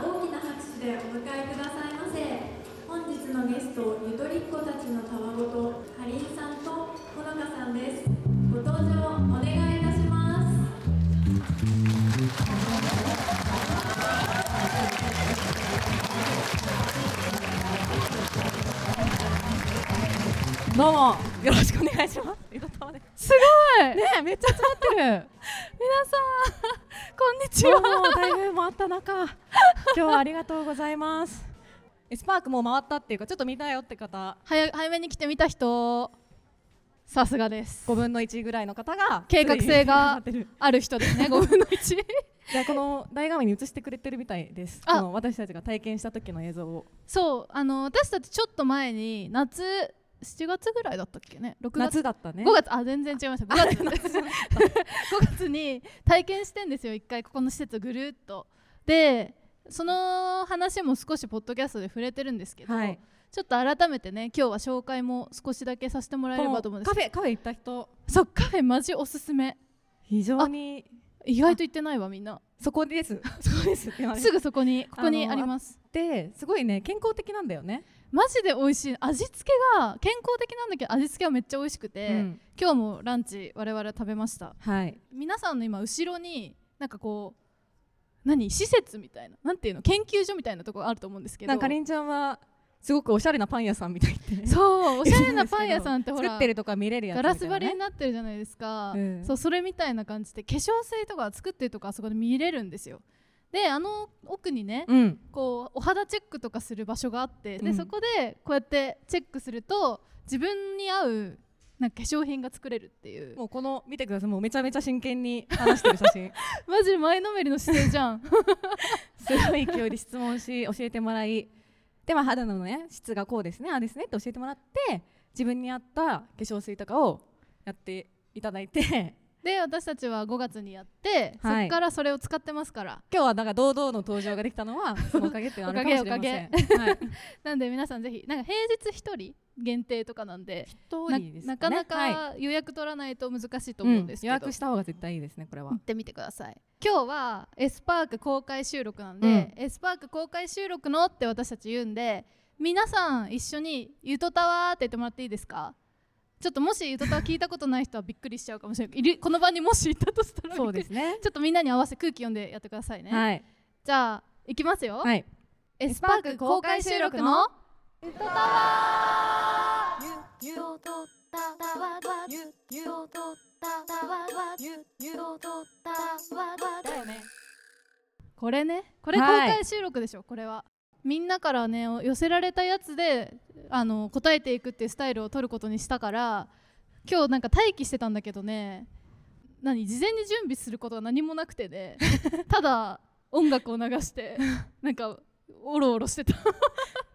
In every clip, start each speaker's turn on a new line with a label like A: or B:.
A: してお迎えくださいませ本日のゲストゆとりっ子たちのたわごとハリーさんとほのかさんですご登場お願いいたします
B: どうもよろしくお願いします。ゆとたわです
C: ごい、
B: ねえめっちゃ集まってる。
C: 皆 さんこんにち
B: も
C: は
B: う台風もあった中、今日はありがとうございます。えスパークもう回ったっていうかちょっと見たよって方、
C: 早い早めに来てみた人さすがです
B: 5分の1ぐらいの方が
C: 計画 性が
B: ついに集まってる
C: ある人ですね5分の1
B: じゃあこの大画面に映してくれてるみたいです。
C: あ
B: この私たちが体験した時の映像を
C: そうあの私たちちょっと前に夏7月ぐらいだったっけね6月
B: 夏だったね。
C: 5月あ全然違いました5月 5月に体験してんですよ一回ここの施設をぐるっとでその話も少しポッドキャストで触れてるんですけど、
B: はい。
C: ちょっと改めてね今日は紹介も少しだけさせてもらえれ
B: この
C: ばと思うんです
B: カフェカフェ行った人
C: そうカフェマジおすすめ
B: 非常に
C: 意外と行ってないわみんな
B: そこですそこですって言われ
C: すぐそこにここに
B: あの
C: あります
B: てすごいね健康的なんだよね。
C: マジで美味しい味付けが健康的なんだけど味付けはめっちゃ美味しくて、
B: うん
C: 今日もランチ我々は食べました
B: はい。
C: 皆さんの今後ろになんかこう何施設みたいななんていうの研究所みたいなところあると思うんですけど
B: なんかりんちゃんはすごくおしゃれなパン屋さんみたいってね
C: そうおしゃ れなパン屋さんってほ
B: 作っ
C: ら
B: てるとか見れるやつ
C: ガ
B: みたい
C: ラ
B: な
C: ス張りになってるじゃないですか、
B: うん
C: そうそれみたいな感じで化粧水とか作ってるとかあそこで見れるんですよであの奥にね、
B: うん
C: こうお肌チェックとかする場所があってで、
B: うん
C: そこでこうやってチェックすると自分に合うなんか化粧品が作れるっていう
B: もうこの見てくださいもうめちゃめちゃ真剣に話してる写 真
C: マジで前のめりの姿勢じゃん
B: すごい勢いで質問し教えてもらいでまあ肌のね質がこうですねああですねって教えてもらって自分に合った化粧水とかをやっていただいて
C: で私たちは5月にやって、
B: はい
C: そこからそれを使ってますから
B: 今日はなんか堂々の登場ができたのはそのおかげっていうのはあるかもしれませんはい
C: なんで皆さんぜひなんか平日1人限定とかなんで
B: 通りですね
C: ななかな
B: はい
C: か予約取らないと難しいと思うんですけ
B: 予
C: ど、
B: 約した方が絶対いいですねこれは
C: 行ってみてください今日はエスパーク公開収録なんで、
B: うん
C: エスパーク公開収録のって私たち言うんで皆さん一緒に「ゆとたわ」って言ってもらっていいですかちょっともしゆとたわ聞いたことない人はびっくりしちゃうかもしれないいるこの場にもしいたとしたらびっくり
B: そうですね
C: ちょっとみんなに合わせ空気読んでやってくださいね、
B: はい
C: じゃあ行きますよ、
B: はい
C: エスパーク公開収録のゆとたわ
D: ゆとったわわゆゆとったわわゆゆとったわわだよね
C: これねこれ公
B: はい
C: 開収録でしょ、これはみんなからねお寄せられたやつであの答えていくっていうスタイルを取ることにしたから今日なんか待機してたんだけどね何事前に準備することが何もなくて ねただ音楽を流してなんかおろおろ してた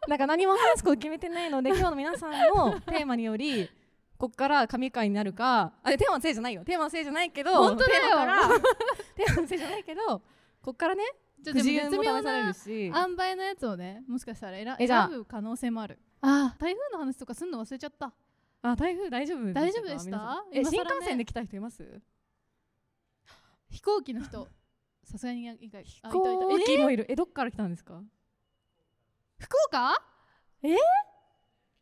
B: なんか何も話すこと決めてないので今日の皆さん のテーマによりこっから神回になるかあテーマのせいじゃないよテーマのせいじゃないけど
C: 本当だよ
B: テーマから テーマのせいじゃないけどこっからね
C: ちょ
B: く
C: でも
B: じ運
C: 絶
B: も
C: 妙
B: 試され
C: な
B: るし
C: 塩梅のやつをねもしかしたら選
B: えじゃあ
C: 選ぶ可能性もあるあー台風の話とかすんの忘れちゃった
B: あ台風大丈夫
C: 大丈夫でした
B: 皆さんえ
C: 今更
B: 新
C: ね
B: 幹線で来た人います
C: 飛行機の人さすがにいないいたいた
B: 飛
C: あいたいた
B: 行
C: え
B: 機もいるえどっから来たんですか
C: 福岡
B: え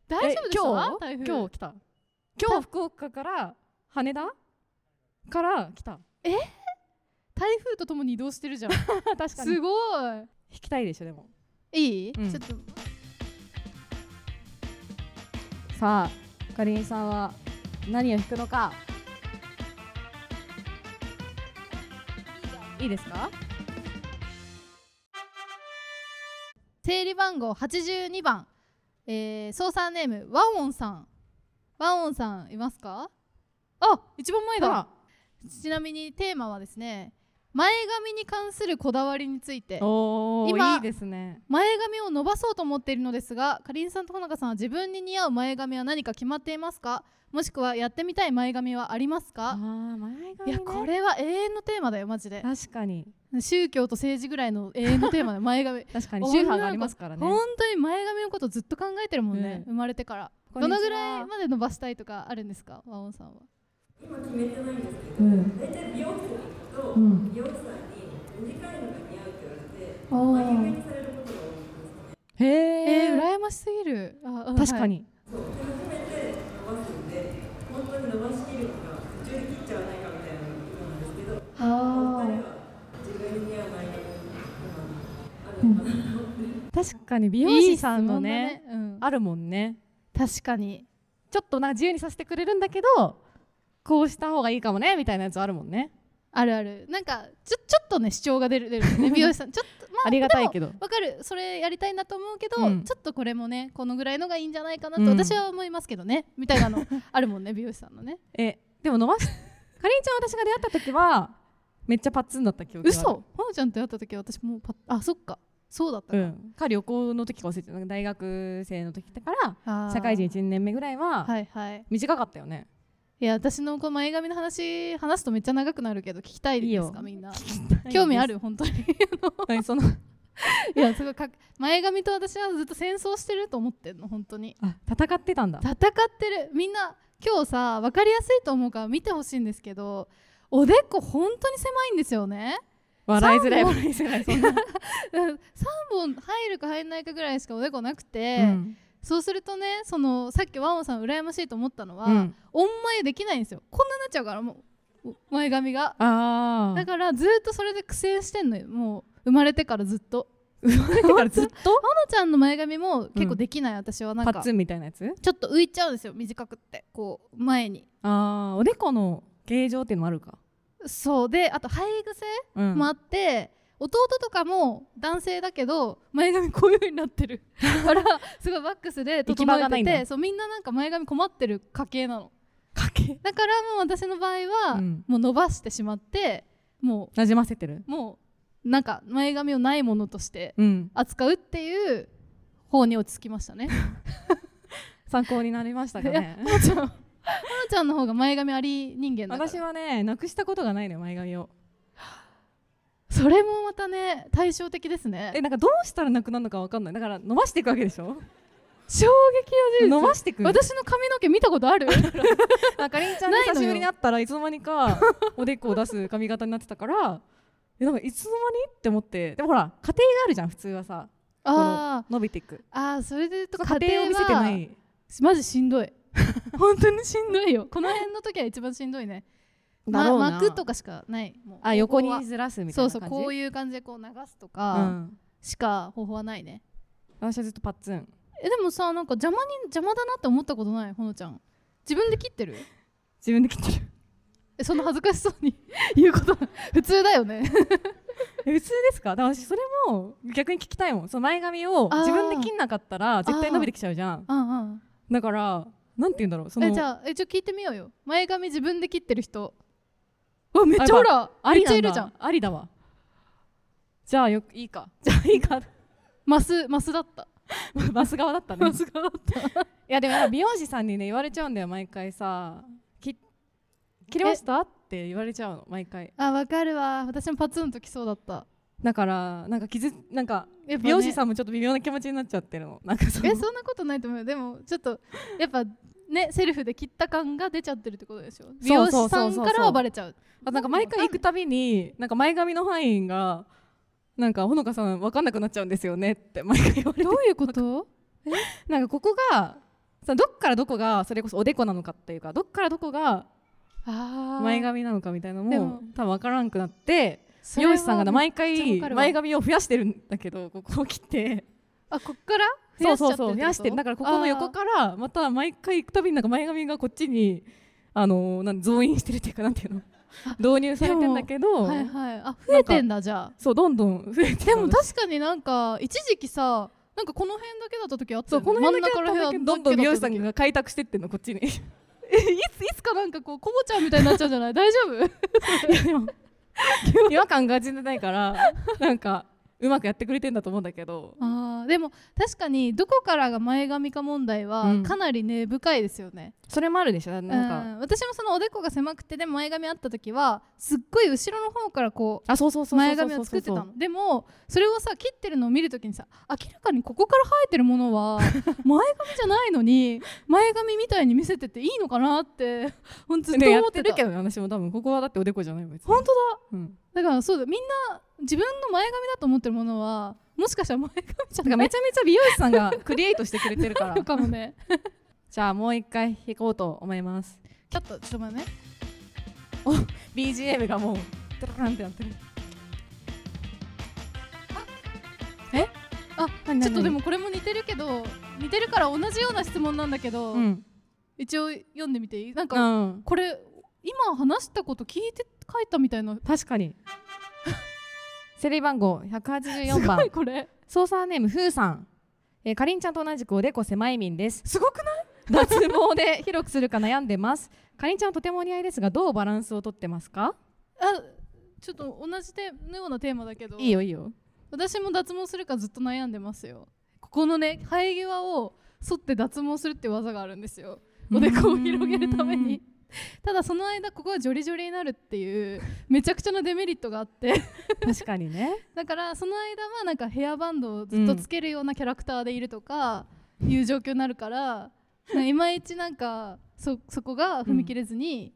C: 大丈夫で
B: え
C: す
B: 今
C: か
B: 日
C: 台風
B: 今日来た今日福岡から羽田から来た
C: 台風とともに移動してるじゃん
B: 確かに
C: すご
B: 引きたいでしょでも
C: いいい、
B: うん
C: ちょっと
B: さあかりんさんは何を弾くのかいいですか
C: 整理番号82番、えー、操作ネームワンオンさんワンオンさんいますかあ一番前だちなみにテーマはですね前髪に関するこだわりについて
B: お
C: 今
B: ーいいですね
C: 前髪を伸ばそうと思っているのですがかりんさんとほなかさんは自分に似合う前髪は何か決まっていますかもしくはやってみたい前髪はあります
B: あ
C: か
B: ー前髪
C: い
B: ね
C: やこれは永遠のテーマだよマジで
B: 確かに
C: 宗教と政治ぐらいの 永遠のテーマだよ前髪
B: 確か
C: 女
B: に
C: の子
B: 宗派がありますからね
C: 本当に前髪のことずっと考えてるもんね、
B: う
C: 生まれてから
B: こ
C: ど
B: んにちは
C: のぐらいまで伸ばしたいとかあるんですか和音さんは
A: 今決めてないんですけど
B: うん
A: 大体美容室に行くと
B: うん
A: 美容師さんに短いのが似合うって言われて
C: お
A: 真面目にされることが多い
C: ましすぎるあうん
B: 確か
C: はい
B: に、
E: 初めて伸ばすんで本当に伸ばしきるのか途中で切っちゃわないかみたいなことなんですけどお二人は自分にはないものがあるのかなと思って
B: 確かに美容
C: いい
B: 師
C: 質問
B: さ
C: だ
B: んの
C: ね
B: ね
C: うん
B: あるもんね
C: 確かに
B: ちょっとなんか自由にさせてくれるんだけどこうした方がいいかもねみたいなやつあるもんね
C: あるあるなんかちょちょっとね主張が出る出るよ ね美容師さんちょっとまあ
B: ありがたいけど
C: でもわかるそれやりたいなと思うけど、
B: うん
C: ちょっとこれもねこのぐらいのがいいんじゃないかな
B: う
C: と
B: ん
C: 私は思いますけどね、みたい なのあるもんね美容師さんのね
B: えでも伸ばし かりんちゃん私が出会った時はめっちゃパッツンだった記憶がある
C: 嘘ほのちゃんと会った時は私もうパッあそっかそうだった
B: う
C: か、
B: んか旅行の時か忘れてたなんか大学生の時だか
C: あ
B: ら
C: ー
B: 社会人1年目ぐらいは
C: はいはい
B: 短かったよね
C: いや私のこう前髪の話話すとめっちゃ長くなるけど聞きたい
B: いい
C: で
B: よ
C: すかみんな 興味ある本当に
B: はいその
C: い やすごいかっ前髪と私はずっと戦争してると思ってんの本当に
B: あ戦ってたんだ
C: 戦ってるみんな今日さ分かりやすいと思うから見てほしいんですけどおでこ本当に狭いんですよね
B: 笑いづらい
C: 三本
B: 笑いづらいそんな、
C: 3本入るか入らないかぐらいしかおでこなくて、
B: うん
C: そうするとねそのさっきワンオさん羨ましいと思ったのは、
B: うん
C: オンマイできないんですよこんなになっちゃうからもうお前髪が
B: あ
C: だ
B: あ
C: からずっとそれで苦戦してんのよもう生まれてからずっと
B: 生まれてからずっと
C: ほのちゃんの前髪も結構できない、私はなん
B: パ
C: か
B: ッツンみたいなやつ
C: ちょっと浮いちゃうんですよ短くってこう前に
B: あーおでこの形状っていうのもあるか、
C: そうであと生え癖
B: うん
C: もあって、弟とかも男性だけど前髪こういう風になっ てるからすごいワックスで
B: 行き場
C: 整
B: が
C: え
B: ない
C: て
B: んだ
C: てそうみんななんか前髪困ってる家系なの
B: かけ
C: だからもう私の場合は、
B: うん
C: もう伸ばしてしまっても
B: なじませてる
C: うもうなんか前髪をないものとして
B: うん
C: 扱うっていう方に落ち着きま したね
B: 参考になりましたか ね
C: ほのちゃんほのちゃんの方が前髪あり人間だから
B: 私はねなくしたことがないのよ前髪を
C: それもまたね対照的ですね
B: えなんかどうしたらなくなるのかわかんないだから伸ばしていくわけでしょ
C: 衝撃の事実
B: 伸ばしていく
C: 私の髪の毛見たことある
B: あかりんちゃんに
C: ないのよ
B: 久しぶりに会ったらいつの間にかおでこを出す髪型になってたからえなんかいつの間にって思ってでもほら家庭があるじゃん普通はさこの
C: あー
B: 伸びていく
C: あーそれでとか
B: 家庭を見せてない
C: マジしんど い本当にしんどいよこの辺の時は一番しんどいね、
B: だろうな
C: ま、巻くとかしかないもう
B: あ横
C: 方法は
B: にずらすみたい
C: そう
B: な
C: そう
B: 感じ
C: こう
B: いう、
C: いう感じでこう流すと
B: う
C: か
B: ん、
C: しか方法はないね、
B: 私はずっとパッツン
C: えでもさなんか邪魔に邪魔だなって思ったことないほのちゃん自分で切ってる
B: 自分で切ってる
C: えそんな恥ずかしそうに 言うこと普通だ よね
B: え普通ですかだから私それも逆に聞きたいもんその前髪を
C: あー
B: 自分で切んなかったら絶対伸びてきちゃうじゃん
C: うん
B: だからなんて言うんだろうそ
C: うん
B: の
C: えじゃあえちょ聞いてみようよ前髪自分で切ってる人
B: わめ
C: めっちゃほら
B: あ
C: め
B: り
C: っちゃ
B: ないん
C: るじゃん
B: だありだわじゃあよくいいかじゃあいい か
C: マスマスだった
B: マス側だったねマス側だったいやでもやっぱ美容師さんにね言われちゃうんだよ毎回さき切れましたって言われちゃうの毎回
C: あわかるわ私もパツンときそうだった
B: だからなんか傷なんか
C: やっぱね
B: 美容師さんもちょっと微妙な気持ちになっちゃってるのなんかその
C: えそんなことないと思うよでもちょっとやっぱねセルフで切った感が出ちゃってるってことでしょ美容師さんからはバレちゃう
B: あなんか毎回行くたびになんか前髪の範囲がなんかほのかさん分かんなくなっちゃうんですよねって毎回言われて
C: どういうこと
B: なんかここがさどっからどこがそれこそおでこなのかっていうかどっからどこが
C: あ
B: 前髪なのかみたいなの
C: で
B: も
C: も
B: 多分分からんくなって美容師さんがね毎回前
C: が
B: 髪を増やしてるんだけどここを切って
C: あこっから増
B: そう
C: やしちゃっ
B: そうそ
C: てるってこと
B: う増やしてるだからここの横からまた毎回行くたびになんか前髪がこっちにあのーなん増員してるっていうかなんていうの導入されてんだけ
C: あ
B: ど
C: ーはいはいあ増えてんだじゃあ
B: そうどんどん増えて
C: で
B: る
C: も確かになんか一時期さなんかこの辺だけだった時あった
B: そ
C: よ
B: う
C: ね
B: この辺だけだったんだけ
C: 真
B: ど
C: ん
B: どんどん
C: 中ら辺
B: 美容
C: だ
B: 師さ
C: けだった時
B: んが開拓してってんのこっちにい
C: えいついつかなんかこうコボちゃんみたいになっちゃうんじゃない大丈夫
B: やでも違和感が全 然ないからなんかうまくやってくれてんだと思うんだけど
C: あーでも確かにどこからが前髪か問題
B: う
C: は
B: ん
C: かなり根深いですよね、
B: それもあるでしょ
C: うん、
B: なんか
C: 私もそのおでこが狭くてでも前髪あった時はすっごい後ろの方からこう
B: あそうそうそうそう
C: 前髪を作ってたのでもそれをさ切ってるのを見るときにさ明らかにここから生えてるもの は前髪じゃないのに前髪みたいに見せてていいのかなって本当に
B: ねや
C: 思
B: っ
C: って
B: てる
C: た
B: けどね私も多分ここはだっておでこじゃない別に
C: 本当だ
B: うん
C: だからそうだみんな自分の前髪だと思ってるものはももしかしたら前髪じゃ
B: だから
C: な
B: め
C: い
B: ちゃめちゃ美容師さんが クリエイトしてくれてる から
C: のかもね
B: じゃあもう一回弾こうと思います
C: ちょっとちょっと待ってね
B: BGM がもうドランってなってるえあ何何何
C: ちょっとでもこれも似てるけど似てるから同じような質問なんだけど、
B: うん
C: 一応読んでみていいなん
B: う
C: か、
B: ん
C: これ今話したこと聞いて書いたみたいな
B: 確か にセリ番号184
C: すご
B: 番
C: いこれ
B: 操作ネームふーさん、えー、かりんちゃんと同じくおでこ狭い民ですすごくない脱毛で広くするか悩んでますかりんちゃんはとてもお似合いですがどうバランスをとってますか
C: あちょっと同じてのようなテーマだけど
B: いいよいい よ
C: 私も脱毛するかずっと悩んでますよここのね生え際を剃って脱毛するって技があるんですよおでこを広げるためにただその間ここがジョリジョリになるっていうめちゃくちゃなデメリットがあって
B: 確かにね
C: だからその間はなんかヘアバンドをずっとつけるようなキャラクターでいるとかいう状況になるから、いまいちなんかそそこが踏み切れずに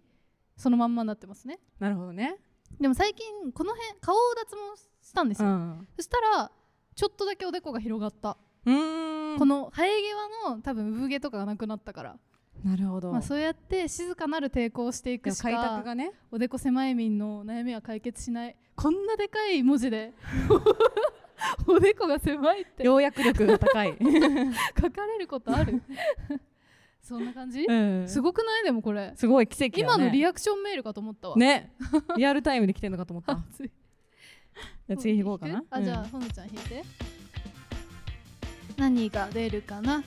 C: そのまんまになってますね、
B: なるほどね
C: でも最近この辺顔を脱毛したんです
B: う
C: よ、
B: ん
C: そしたらちょっとだけおでこが広がった、
B: うーん
C: この生え際の多分産毛とかがなくなったから、
B: なるほど、
C: まあ、そうやって静かなる抵抗をしていくし
B: 開
C: か
B: 拓がね
C: おでこ狭い民の悩みは解決しないこんなでかい文 字でおでこが狭いって
B: 要約力が 高い、
C: 書かれること あるそんな感じ、
B: うん
C: すごくないでもこれ、
B: すごい奇跡だね
C: 今のリアクションメールかと思ったわ
B: ねリアルタイムで来てんのかと思った
C: 熱い
B: じゃあ次行こうかな
C: くあじゃあ、ほのちゃん弾いて何が出るかな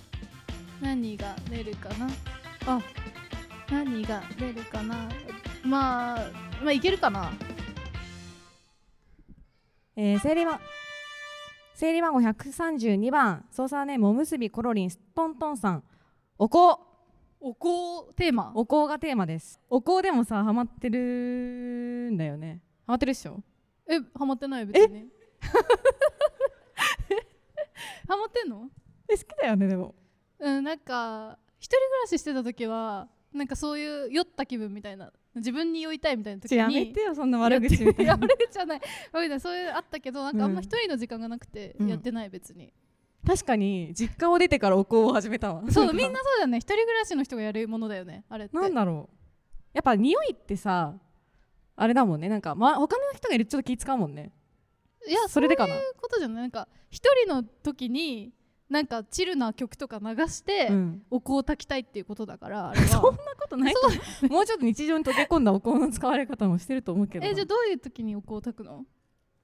C: 何が出るかなあ何が出るかなまあまあいけるかな
B: うんえー、整理番整理番号132番操作ネームおむすびコロリンストントンさんお香
C: お香テーマ
B: お香がテーマですお香でもさハマってるんだよねハマってるっしょ
C: えハマってない別 にハマってんの
B: え好きだよねでも
C: うんなんか一人暮らししてた時はなんかそういう酔った気分みたいな自分に酔いたいみたいな時
B: ちょ
C: に
B: やめてよそんな悪口みたい
C: や
B: な
C: ってるや悪口じゃない悪口じゃないそういうあったけどなんかあんま一人の時間がなくて
B: うん
C: やってない別に、
B: 確かに実家を出てからお香を始めたわ
C: そうみんなそうだよね一人暮らしの人がやるものだよねあれって
B: なんだろうやっぱ匂いってさあれだもんねなんか、ま、他の人がいるとちょっと気使うもんね
C: いや
B: それでかな
C: そういうことじゃないなんか一人の時になんかチルな曲とか流して、
B: うん
C: お香を炊きたいっていうことだからあれは
B: そんなことないと思う もうちょっと日常に溶け込んだお香の使われ方もしてると思うけどな
C: えじゃあどういう時にお香を炊くの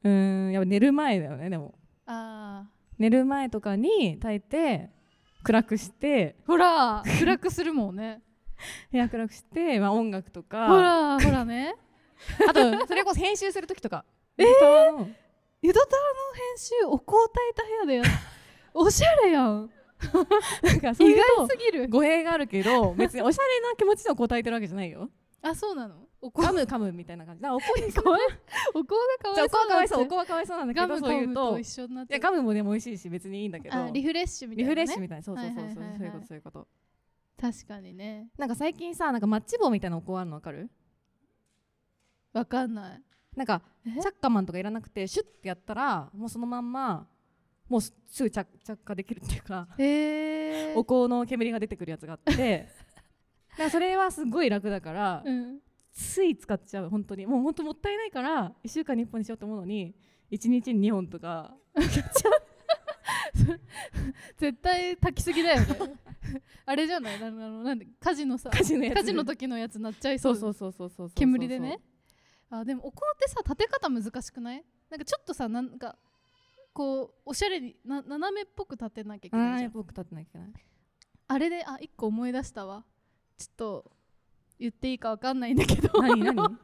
B: うーんやっぱ寝る前だよねでも
C: あ
B: 寝る前とかに炊いて暗くして
C: ーほら暗くするもんね
B: 部屋暗くして、 まあ、音楽とか
C: ほらほらね
B: あとそれこそ編集する時とかえー、
C: ゆとたわの編集お香を炊いた部屋でやるおしゃれやん
B: なんかそうい
C: 意
B: うと
C: 外すぎる
B: 語弊があるけど別におしゃれな気持ちでお香炊いてるわけじゃないよ
C: あそうなのお香
B: 噛む噛むみたいな感じだ からお香に
C: かわい お香が
B: じゃあお香はか
C: かわ
B: わ
C: い
B: い
C: そう
B: そうお
C: なん
B: 香はかわいそうなんだ
C: ガ
B: けど
C: ム
B: そう
C: 噛
B: いう
C: む
B: と
C: と
B: い
C: 一緒になって
B: や
C: る
B: ガムもでも美味しいし別にいいんだけど
C: あリフレッシュみた
B: リ
C: いな
B: フ
C: ね
B: レッシュみたいなそうそうそうそう
C: はいはいはいはい
B: そういうことそういうこと
C: 確かにね
B: なんか最近さなんかマッチ棒みたいなお香あるのわかる
C: わかんない
B: なんかチ
C: え
B: ャッカマンとかいらなくてシュッてやったらもうそのまんまもうすすぐ着着火できるっていうか
C: へえ
B: お香の煙が出てくるやつがあって だからそれはすごい楽だから、
C: うん
B: つい使っちゃう本当にもう本当もったいないから1週間に1本にしようと思うのに1日に2本とか
C: 絶対炊きすぎだよ ねあれじゃないあのあのなんで火事のさ
B: 火事のやつ
C: 火事の時のやつなっちゃいそ
B: そううそうそうそうそうそうそう
C: 煙でねあでもお香ってさ立て方難しくないなんかちょっとさなんかこうおしゃれにな斜めっぽく立てなきゃいけないじゃ
B: あ
C: ん
B: 僕立ってなきゃいけない
C: あれであ一個思い出したわちょっと言っていいかわかんないんだけど
B: 何 何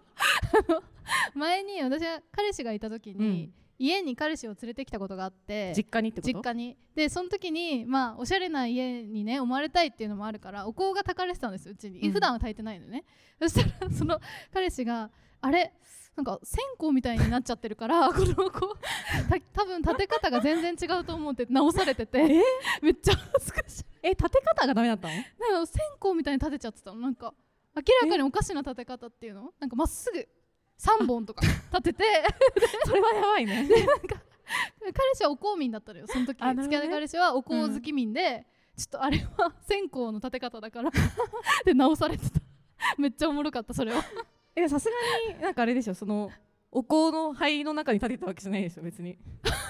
C: 前に私は彼氏がいた時に、家に彼氏を連れてきたことがあって
B: 実家にってこと
C: 実家にでその時にまあおしゃれな家にね思われたいっていうのもあるからお香が炊かれてたんですようちに、
B: うん
C: 普段は炊いてないのねそしたらその彼氏があれなんか線香みたいになっちゃってるから このこうた多分立て方が全然違うと思うって直されててめっちゃ恥ずかしい
B: え立て方がダメだった の
C: なんか線香みたいに立てちゃってたのなんか明らかにおかしな立て方っていうのなんかまっすぐ3本とか立てて
B: それはやばいね
C: 彼氏はお香民だったのよその時
B: あなるほどね
C: 付き合った彼氏はお香好き民で、ちょっとあれは 線香の立て方だから で直されてためっちゃおもろかったそれは
B: えさすがになんかあれでしょそのお香の灰の中に立てたわけじゃないでしょ別に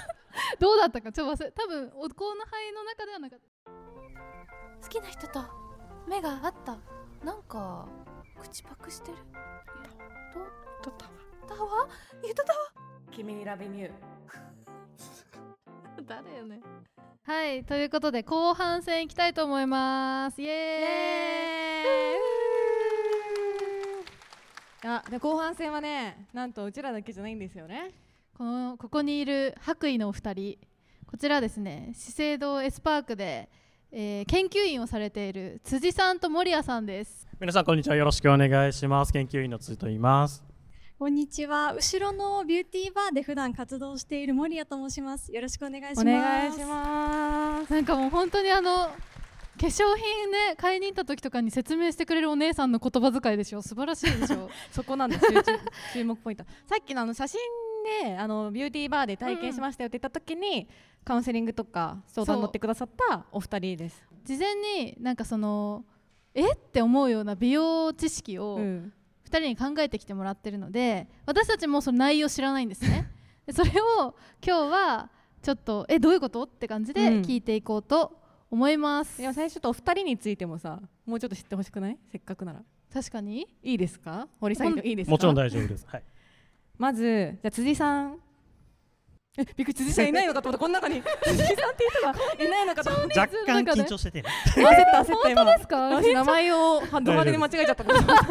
C: どうだったかちょっと忘れ多分お香の灰の中ではなかっ
D: 好
C: た
D: きな人と目が合ったなんか口パクしてる
F: とったわ
D: タワーゆとたわ
F: 君にラビ ミュー
C: 誰よねはいということで後半戦いきたいと思いますイエーイ
B: あで後半戦はねなんとうちらだけじゃないんですよね
C: このここにいる白衣のお二人こちらですね資生堂エスパークで、えー研究員をされている辻さんと守谷さんです
G: 皆さんこんにちはよろしくお願いします研究員の辻と言います
H: こんにちは。後ろのビューティーバーで普段活動している森谷と申します。よろしくお願いします。
B: お願いします
C: なんかもう本当にあの化粧品ね買いに行った時とかに説明してくれるお姉さんの言葉遣いでしょ素晴らしいで しょ
B: そこなんです注注注目ポイントさっきのあの写真であのビューティーバーで体験しましたよって言った時に、カウンセリングとか相談乗ってくださったお二人です、
C: 事前になんかそのえって思うような美容知識を、
B: うん
C: 2人に考えてきてもらってるので私たちもその内容知らないんです ねでそれを今日はちょっとえどういうことって感じで
B: うん
C: 聞いていこうと思います、
B: でも最初ちょっとお二人についてもさもうちょっと知ってほしくないせっかくなら
C: 確かに
B: いいですか堀さんいいですか
G: もちろん大丈夫です はい
B: まずじゃあ辻さんえびっくり辻さんいないのかと思ったこの中に辻さんって言ったらいないのかと思った
G: 若干
C: なんかね
G: 緊張しててね
B: 焦った焦った今本当です
C: か
B: 私名前をハンドマネで間違えちゃったかもしれない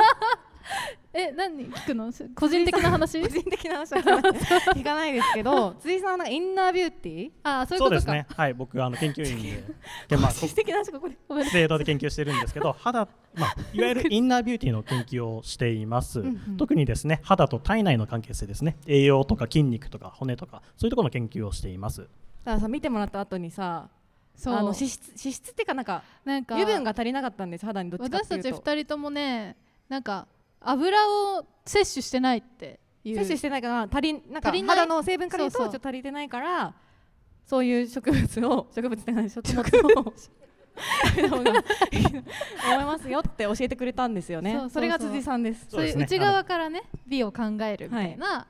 C: え何聞くの個人的な話
B: 個人的な話は聞かない聞かないですけど辻さんはなんかインナービューティー
C: あーそういう
G: そ
C: こと
G: うで
C: か
G: すねはい僕あの研究員ででまあ
B: 個人的な話がここで
C: ごめんなさい
G: 制度で研究してるんですけど肌、まあ、いわゆるインナービューティーの研究をしています特にですね肌と体内の関係性ですね栄養とか筋肉とか骨とかそういうところの研究をしています
B: だからさ見てもらった後にさ
C: そう
B: あの脂質脂質っていうかなんか
C: なんか
B: 油分が足りなかったんです肌にどっちかっ
C: 私
B: てい
C: た
B: う
C: ち
B: と
C: 2人ともねなんか油を摂取してないっていう
B: 摂取してないから足りんなんか
C: 足りない
B: 肌の成分から言うとち
C: そ
B: ょ
C: う
B: っ
C: そう
B: と足りてないからそういう植物を植物って何食物を食べた方がいいと思いますよって教えてくれたんですよね
C: そ
B: そ
C: うそうそう
B: れが辻さんです
C: そういう
G: そうですね
C: 内側からね美を考えるみたいな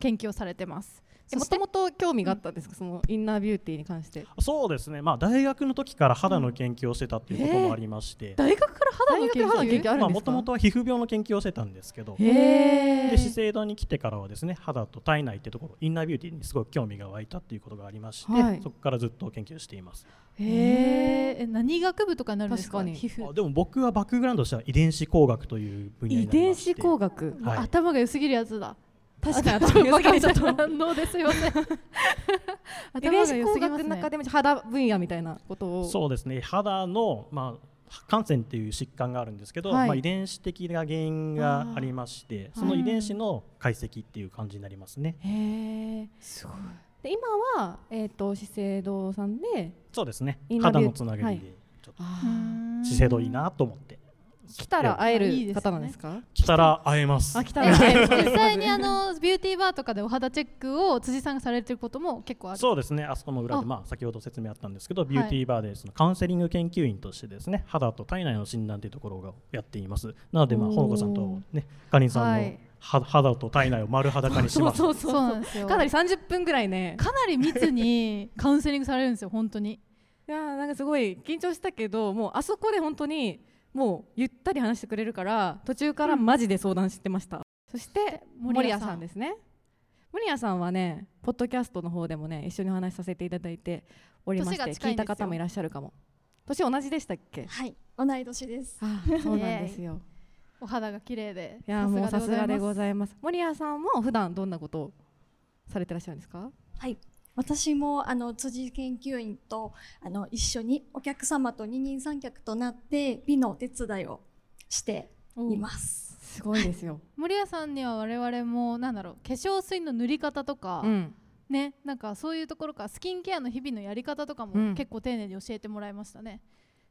C: 研究をされてます、そ
B: も
C: して
B: ともと興味があったんですか、そのインナービューティーに関して
G: そうですねまあ大学の時から肌の研究をしてたっていうこともありまして、
B: 大学から
C: 肌の研究
B: 肌の研究ある
G: まあ
B: んです
G: もと
B: か、
G: もとは皮膚病の研究をしてたんですけど
B: へえ
G: で資生堂に来てからはですね肌と体内ってところインナービューティーにすごく興味が湧いたっていうことがありまして、
B: はい
G: そこからずっと研究しています
C: へえ何学部とかになるんですか
B: 確かに
C: 皮膚
G: あでも僕はバックグラウンドとしては遺伝子工学という分野にな
B: 遺
G: りまして
B: 伝子工学
G: はい
C: 頭が良すぎるやつだ
B: 確かに頭が良すぎる
C: ち
B: ち
C: ょ
B: ょ
C: っ
B: っ
C: と
B: と
C: 反応です よね
B: 遺伝子
C: 頭が良す
B: 工
C: ぎま
B: 学
C: す
B: の
C: ね
B: 中でも肌分野みたいなことを
G: そうですね肌の、まあ、汗腺っていう疾患があるんですけど、
B: はい
G: まあ、遺伝子的な原因がありましてその遺伝子の解析っていう感じになりますね、
B: へえすごいで今は、えー、と資生堂さんで
G: そうですね
B: インナー
G: 肌
B: ビュー
G: のつなが
B: は
G: り
B: い
G: でちょっと資生堂いいなと思って
B: 来たら会
C: いい
B: える
C: ですね
B: 方なんですか
G: 来たら会えます
B: あ来たら会える
C: 実際にあのビューティーバーとかでお肌チェックを辻さんがされてることも結構ある
G: そうですねあそこの裏
C: あ
G: で、まあ、先ほど説明あったんですけどビューティーバーでそのカウンセリング研究員としてですね肌と体内の診断というところをやっていますなので、まあ、
B: おー
G: ほのこさんと、ね、かりんさんの、
C: はい
G: は肌と体内を丸裸にします
B: そう
C: そ
B: そうう
C: な
B: そ
C: ん
B: う
C: ですよ
B: かなり30分ぐらいね
C: かなり密にカウンセリングされるんですよ本当に
B: いやーなんかすごい緊張したけどもうあそこで本当にもうゆったり話してくれるから途中からマジで相談してました、そして森谷さんですね森谷さんはねポッドキャストの方でもね一緒にお話しさせていただいておりまして
C: 年が近
B: 聞
C: い
B: い
C: んです
B: た
C: よ
B: 方もいらっしゃるかも年同じでしたっけ
H: はい。同い年です。
B: あーそうなんです よ
C: お肌が綺麗で
B: いやもうさすがでご
C: い
B: ざいます。森谷さんも普段どんなことをされてらっしゃるんですか？
H: 私もあの辻研究員とあの一緒にお客様と二人三脚となって美のお手伝いをしています。
B: すごいですよ。
C: 森谷さんには我々もなんだろう化粧水の塗り方とか、
B: うん。
C: ねなんかそういうところからスキンケアの日々のやり方とか
B: う
C: も
B: ん
C: 結構丁寧に教えてもらいましたね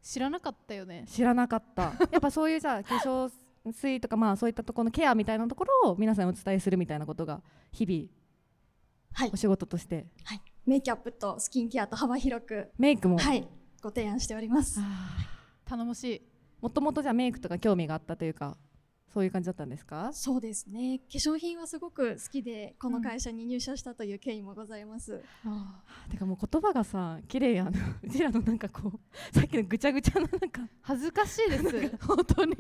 C: 知らなかったよね
B: 知らなかった。 やっぱそういうさ化粧水とかまあそういったところのケアみたいなところを皆さんにお伝えするみたいなことが日々
H: はい
B: お仕事として
H: はい、メイキャップとスキンケアと幅広く、
B: メイクも、
H: はい、ご提案しております。
C: 頼もしい
B: もともとじゃあメイクとか興味があったというかそういう感じだったんですか
H: そうですね。化粧品はすごく好きで、この会社に入社したという経緯もございます。
B: てかもう言葉がさ綺麗やなうちらのなんかこうさっきのぐちゃぐちゃななんか
C: 恥ずかしいです 本当に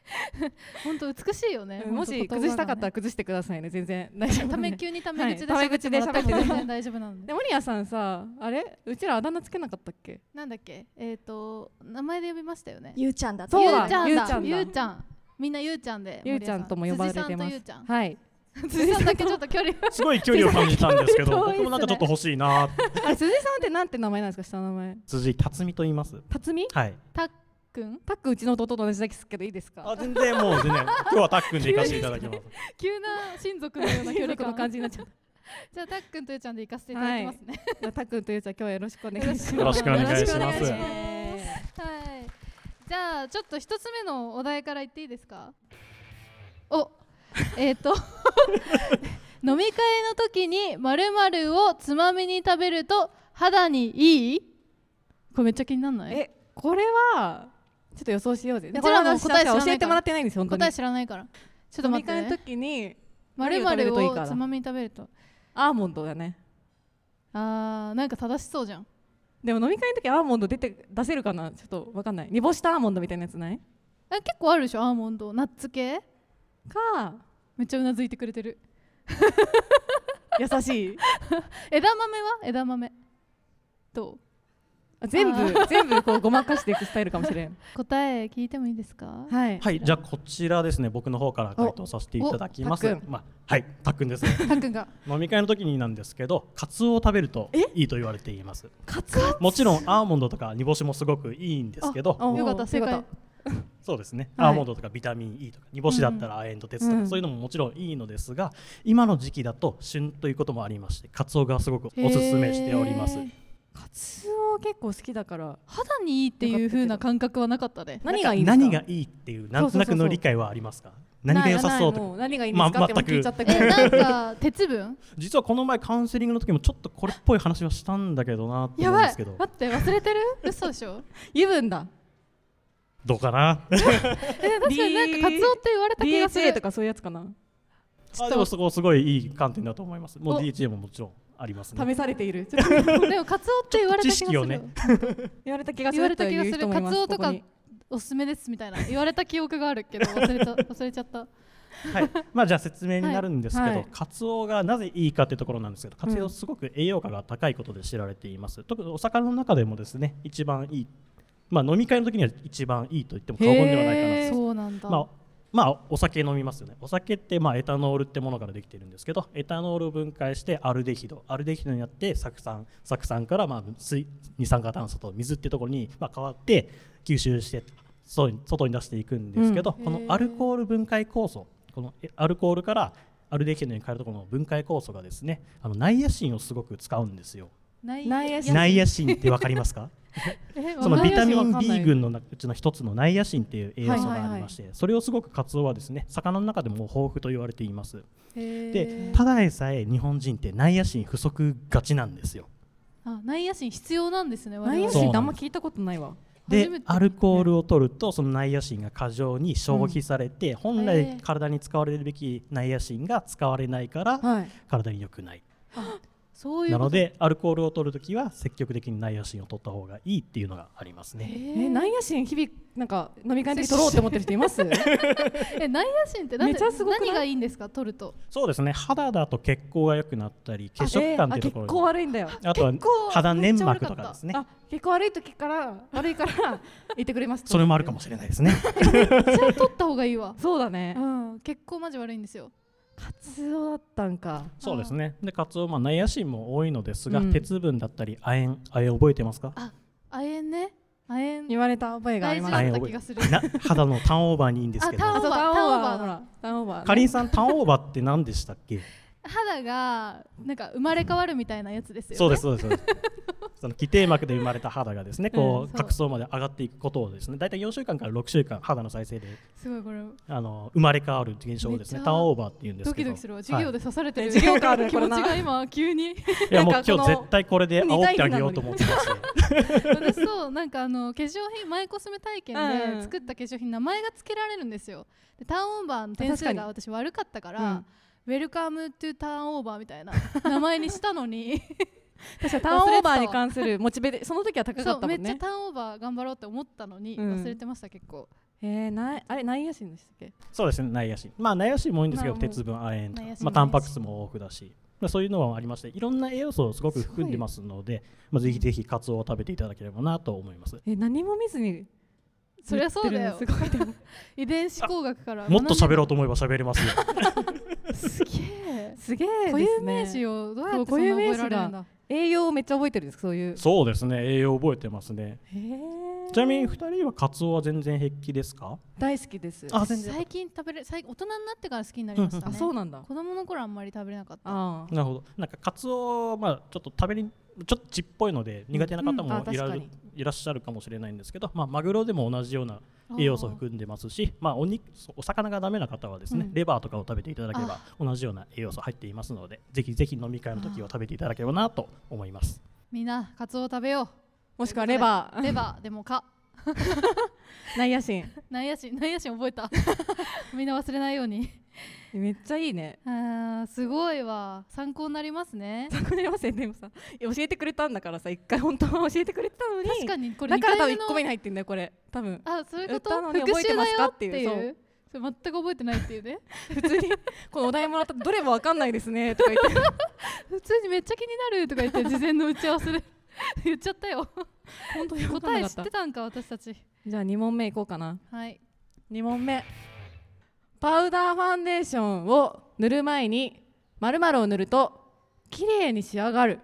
C: 本当美しいよね
B: もし崩したかったら崩してくださいね全然大丈夫
C: た
B: なん
C: め
B: で
C: 急にため口で
B: はい
C: 喋ってもら
B: タ
C: っても
B: メ口で喋って
C: 全然大丈夫なので
B: で森谷さんさあれうちらあだ名つけなかったっけ
C: なんだっけえっ、と名前で呼びましたよね
H: ゆうちゃんだと
B: そう
C: ゆ
B: だ
C: ちゃん
B: ゆうちゃんだ
C: ゆうちゃんみんなゆうちゃんで
B: ゆうちゃんとも呼ばれてます
C: 森谷さん
B: はい
C: 辻さんとゆうちゃん辻さんだけちょっと距離
G: すごい距離を感じたんです けど、
B: 距離遠いっすね
G: 僕もなんかちょっと欲しいなーって。
B: あれ辻さんってなんて名前なんですか下の名前
G: 辻辰巳と言います。
B: 辰巳
G: はい。
C: たっくん
B: タックうちの弟と同じですけどいいです
G: あ
B: か
G: 全然もう全然。今日はたっくんで行かせていただきます。
C: 急な親族のような距
B: 協
C: 離
B: 力
C: 感
B: の 感じになっちゃっ
C: じゃあたっくんとゆうちゃんで行かせていただきますね、
B: たタックというちゃん今日はよろしくお願いします
G: よろしくお願いします
B: よろくお願いし
C: はい、じゃあちょっと一つ目のお題から言っていいですかおえっ、と 飲み会の時にまるまるをつまみに食べると肌にいいこれめっちゃ気になんない
B: えこれはちょっと予想しようぜ
C: うちらも
B: これは
C: 答え知らないから
B: 教えてもらってないんですよ本当
C: 答え
B: に
C: 知らないからちょっと待って、
B: 飲み会の
C: ね、
B: 時に
C: まるまるをつまみに食べると
B: アーモンドだね
C: あーなんか正しそうじゃん
B: でも飲み会の時アーモンド出て出せるかなちょっとわかんない煮干したアーモンドみたいなやつない
C: え結構あるでしょアーモンドナッツ系
B: か
C: めっちゃうなずいてくれてる
B: 優しい
C: 枝豆は枝豆どう
B: あ全部全部こうごまかしていくスタイルかもしれん
C: 答え聞いてもいいですか
B: はい
G: はい、じゃあこちらですね、僕の方から回答させていただき
B: お
G: ま
B: お
G: す
B: たっ。
G: まあ、はい、たっくんですね。
C: たっくんが
G: 飲み会の時になんですけど、カツオを食べるといいと言われています。
B: カツオ
G: もちろんアーモンドとか煮干しもすごくいいんですけど、
B: お
C: よかった正
B: よ
C: 解
B: か
G: そうですね、
B: はい
G: アーモンドとかビタミン E とか煮干しだったら亜鉛と鉄とか、
B: うん
G: そういうのももちろんいいのですが今の時期だと旬ということもありましてカツオがすごくおすすめしております
B: へーカツオ結構好きだから
C: 肌にいいっていう風な感覚はなかったね
B: 何がいいんですか
G: 何がいいっていうなんとなくの理解はありますか何が良さそうと
B: ないも何
G: か
B: がいいんですかっても
G: ま全く
B: 聞いちゃったけ
C: え
B: ど
C: なんか鉄分
G: 実はこの前カウンセリングの時もちょっとこれっぽい話はしたんだけどなって
C: や
G: 思うん
C: ばい
G: です
C: 待
G: け
C: っ
G: ど
C: て忘れてる嘘でし ょ
B: 油分だ
G: どうかな
C: え確かになんかカツオって言われた気がす
B: DHA と
C: る
B: かそういうやつかな
G: あでもそこすごいいい観点だと思いますもう
B: お
G: DHA ももちろんありますね
B: 試されているちょっと
C: でもカツオって言われた気がす
G: ちょっと知識を
C: る、
G: ね
B: 言われた気がす
C: 言わ
B: る
C: れ
B: と
C: た気がす
B: いう
C: る
B: 人もいます
C: カツオとか
B: ここに
C: おすすめですみたいな言われた記憶があるけど忘 れた忘れちゃった
G: はい、まあじゃあ説明になるんですけど、
B: はいはい
G: カツオがなぜいいかっていうところなんですけど、カツ
B: う
G: オ
B: ん
G: すごく栄養価が高いことで知られています。特にお魚の中でもですね、一番いい、まあ飲み会の時には一番いいと言っても過言ではないかな
B: へー
C: そうなんだ、
G: まあまあ、お酒飲みますよねお酒ってまあエタノールってものからできてるんですけどエタノールを分解してアルデヒドアルデヒドになって酢酸酢酸からまあ水二酸化炭素と水ってところにまあ変わって吸収して外に外に出していくんですけど、
C: うん
G: このアルコール分解酵素このえアルコールからアルデヒドに変えるところの分解酵素がですねあのナイアシンをすごく使うんですよ
C: 内
B: 内野手
G: ナイアシンってわかりますか
C: えわ
G: そ
C: かん
G: の
C: ない
G: ビタミ
B: わ
G: ン
B: かんない
G: B 群のうちの一つのナイアシンっていう栄養素がありまして、それをすごくカツオはですね魚の中でも豊富と言われていますでただでさえ日本人ってナイアシン不足がちなんですよ
C: あ内野心必要なんですね
B: 内野
G: そう
B: 手っ
G: なんです
B: てあんま聞いたことないわ
G: で
C: 初めて
G: アルコールを取るとそのナイアシンが過剰に消費されて、本
C: へ
G: 来
C: ー
G: 体に使われるべきナイアシンが使われないから
B: はい
G: 体に良くない
C: そういう
G: な
C: こと
G: のでアルコールを取るときは積極的にナイアシンを取った方がいいっていうのがありますね。
B: え
C: え
B: 内野心日々なんか飲み会の時取ろうって思ってる人います
C: え内野心ってなん
B: め
C: で
B: ちゃすごくない
C: 何がいいんですか取ると
G: そうですね肌だと血行が良くなったり血色感っていうところ
B: あ
G: に
B: 血行悪いんだよ
G: あとは
C: 結構
G: 肌粘膜とかですね。
B: あ結構悪い時から悪いから 言ってくれます
G: それもあるかもしれないですね。
C: じゃあ取った方がいいわ
B: そうだ ね
C: うん結構マジ悪いんですよ
B: カツオだったんか
G: そうですね。で、かつお、まあ、ナイアシンも多いのですが、
B: うん
G: 鉄分だったり、亜鉛、亜鉛覚えてますか。
C: 亜鉛ね亜鉛
B: 言われた覚えがあり
C: 大
B: ま
C: 事
B: す
C: だ
G: あ
C: った気が
G: ります
C: する
G: な、肌のターンオーバーにいいんですけど。
C: あターンオーバ
B: そう
C: ーターンオーバ
B: ターンオーバ
C: ー
B: ーほらターンオーバーね
G: かりんさん、ターンオーバーって何でしたっけ。
C: 肌がなんか生まれ変わるみたいなやつですよね
G: そうです、そうです。そうですその基底膜で生まれた肌がですね
B: うん
G: こ
B: そう
G: う角層まで上がっていくことをですね大体4週間から6週間肌の再生です
C: ごいこれ
G: あの生まれ変わる現象をですね
C: めっちゃ
G: ターンオーバーっていうんです
C: ド
G: け
C: キ
G: ど
C: ドキするわ授業
G: はい
C: で刺されてる
B: え
C: 授業
B: 授業が
C: か
B: あ
C: ら
B: る
C: の気持ち
B: これ
C: が
B: な
C: 今 急に
G: いやもう
B: なんかこの
G: 今日絶対これで煽ってあげようと思ってます
C: 私そうなんかあの化粧品マイコスメ体験
B: うん
C: で作った化粧品名前が付けられるんですよでターンオーバーの点数が私悪かったから、
B: うん
C: ウェルカムトゥターンオーバーみたいな名前にしたのに
B: 確かにターンオーバーに関するモチベでその時は高か
C: そ
B: った
C: う
B: も
C: め
B: ん
C: っちゃ
B: ね
C: ターンオーバー頑張ろうって思ったのに
B: うん
C: 忘れてました結構、
B: えー、ないあれ内野心でしたっけ
G: そうですね内野心まあ内野心もいいんですけど
B: まあもう
G: 鉄分亜鉛とか
C: 内野心
G: まあ、タンパク質も豊富だしまあそういうのはありましていろんな栄養素をすごく含んでますのでまあ、ぜひぜひカツオを食べていただければなと思います
B: え何も見ずに
C: そりゃそうだ
B: 言っ
C: よ
B: てるのすごい でも
C: 遺伝子工学から
G: もっと喋ろう
C: と
G: と思えば喋れます よ
C: すげえ
B: すげえですね
C: 固有名詞をどうやってそんな覚えられるんだ
B: 栄養をめっちゃ覚えてるんですかそういう
G: そうですね栄養覚えてますね
B: へー
G: ちなみに2人はカツオは全然平気ですか
B: 大好きです
G: あ全然
C: 最近食べれ最大人になってから好きになりましたね、
B: あそうなんだ
C: 子供の頃あんまり食べれなかった
B: あー
G: なるほどなんかカツオまあちょっと食べにちょっと血っぽいので苦手な方
B: うんあ
G: もいら,、
B: 確かに
G: いらっしゃるかもしれないんですけど、まあ、マグロでも同じような栄養素を含んでますし、まあ、お肉お魚がダメな方はですね、
B: うん
G: レバーとかを食べていただければ同じような栄養素入っていますのでぜひぜひ飲み会の時は食べていただければなと思います
C: みんなカツオを食べよ
B: もしくはレバ
C: う
B: ー
C: レバーでもか
B: 内野心
C: 内野心内野心覚 えたみんな忘れないように
B: めっちゃいいね
C: あーすごいわ参考になりますね
B: 参考になりませんでもさえ教えてくれたんだからさ一回本当は教えてくれてたのに
C: 確かにこ
B: だ
C: れ
B: から多分
C: 二回
B: 1
C: 目の
B: 個目に入ってんだよこれ多分
C: あそういうこ
B: 歌う
C: と
B: のに
C: 復
B: 覚えて
C: 習
B: ま
C: だ
B: すか
C: よ
B: っ
C: ってて
B: いう
C: いうそれ全く覚えてないっていうね
B: 普通にこのお題もらったどれもわかんないですねとか言って
C: 普通にめっちゃ気になるとか言って事前の打ち合わせで 言っちゃったよ
B: 本当に分かん
C: 答
B: な
C: え
B: か
C: 知っ
B: った
C: てたんか私たち
B: じゃあ2問目いこうかな
C: はい
B: 2問目パウダーファンデーションを塗る前に〇〇を塗ると綺麗に仕上がる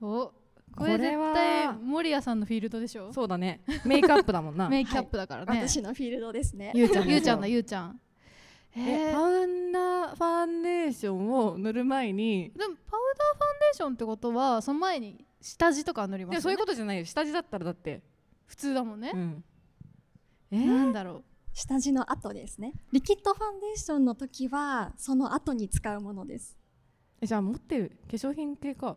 C: おこ
B: これ
C: れ絶
B: は
C: 対守屋さんのフィールドでしょ
B: そうだねメイクアップだもんな
C: メイキャップだからね、
H: 私のフィールドですね。
C: ゆう ちゃんゆうちゃんだゆうちゃんえ
B: え
C: ー
B: パウダーファンデーションを塗る前に
C: でもパウダーファンデーションってことはその前に下地とか塗ります
B: で
C: よね
B: そういうことじゃないよ下地だったらだって
C: 普通だもんね
B: う、ん
C: えーなんだろ
H: 下地の後ですね。リキッドファンデーションの時はその後に使うものです。
B: えじゃあ持ってる化粧品系か
C: う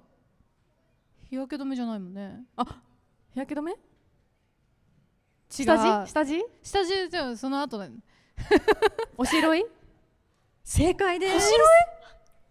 C: 日焼け止めじゃないもんね
B: 日焼け止め
C: 違う
B: 下地下地
C: 下地じゃあその後だよね
B: おしろい
H: 正解です。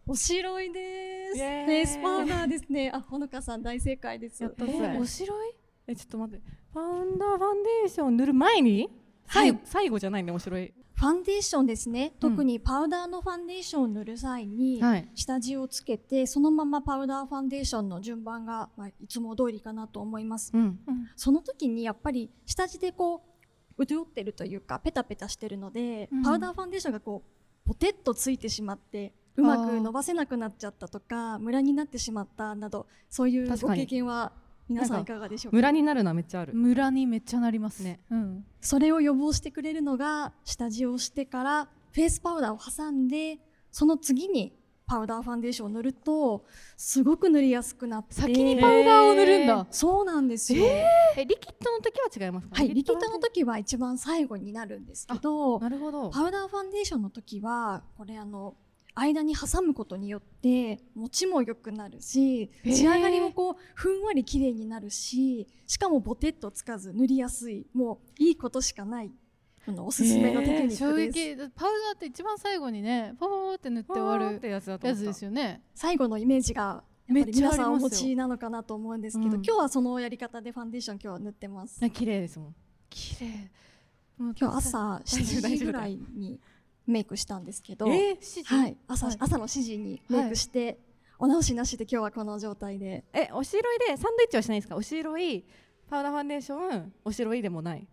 H: おしろいです。
B: イエーイ
H: フェイスパウダーですね。あ、ほのかさん大正解です。
B: やったぜ、
C: えおしろい
B: えちょっと待ってファウンダーファンデーション塗る前に、
H: は
B: 最
H: い
B: 後最後じゃないね面白い
H: ファンデーションですね。
B: うん
H: 特にパウダーのファンデーションを塗る際に、
B: はい
H: 下地をつけて、そのままパウダーファンデーションの順番が、まあ、いつも通りかなと思います。
B: うん
H: その時にやっぱり下地でこう潤ってるというかペタペタしてるので、
C: うん
H: パウダーファンデーションがこうポテッとついてしまってうま
C: あ
H: く
C: ー
H: 伸ばせなくなっちゃったとかムラになってしまったなどそういう
B: 確
H: ご
B: かに
H: 経験は皆さん
B: なん
H: い
B: か
H: かがでしょうか
B: ムラになるのはめっちゃある、
C: ムラにめっちゃなります
B: ね
C: うん、
H: それを予防してくれるのが下地をしてからフェイスパウダーを挟んでその次にパウダーファンデーションを塗るとすごく塗りやすくなって
C: 先にパウダーを塗るん
B: へ
C: だ
B: ー
H: そうなんですよ、
B: えリキッドの時は違いますか
H: はいリキッドの
B: 時
H: 時は一番最後になるんですけど
B: なるほど
H: パウダーファンデーションの時はこれあの間に挟むことによって持ちも良くなるし
C: へー
H: 仕上がりもこうふんわり綺麗になるししかもボテッとつかず塗りやすいもういいことしかないこのおすすめのテクニッ
C: 衝
H: クです、
C: 撃パウダーって一番最後にねパパパって塗って終わ
B: ふわーっ
C: る
B: てやつだと思
C: や
B: った
C: つですよね
H: 最後のイメージがやっぱり皆さんお
B: め
H: 持
B: っちゃありますよ
H: ちなのかなと思うんですけど、
B: うん
H: 今日はそのやり方でファンデーション今日は塗ってます
B: あ綺麗ですもん
C: 綺麗もう
H: 今日朝
B: 丈夫
H: 7
B: 大
H: 時
B: 丈夫
H: ぐらいにメイクしたんですけど、
B: え
H: はい、朝,、
C: はい
H: 朝の7時にメイクして、お直しなしで今日はこの状態で
B: えおしろいでサンドイッチはしないですかおしろいパウダーファンデーションおしろいでもない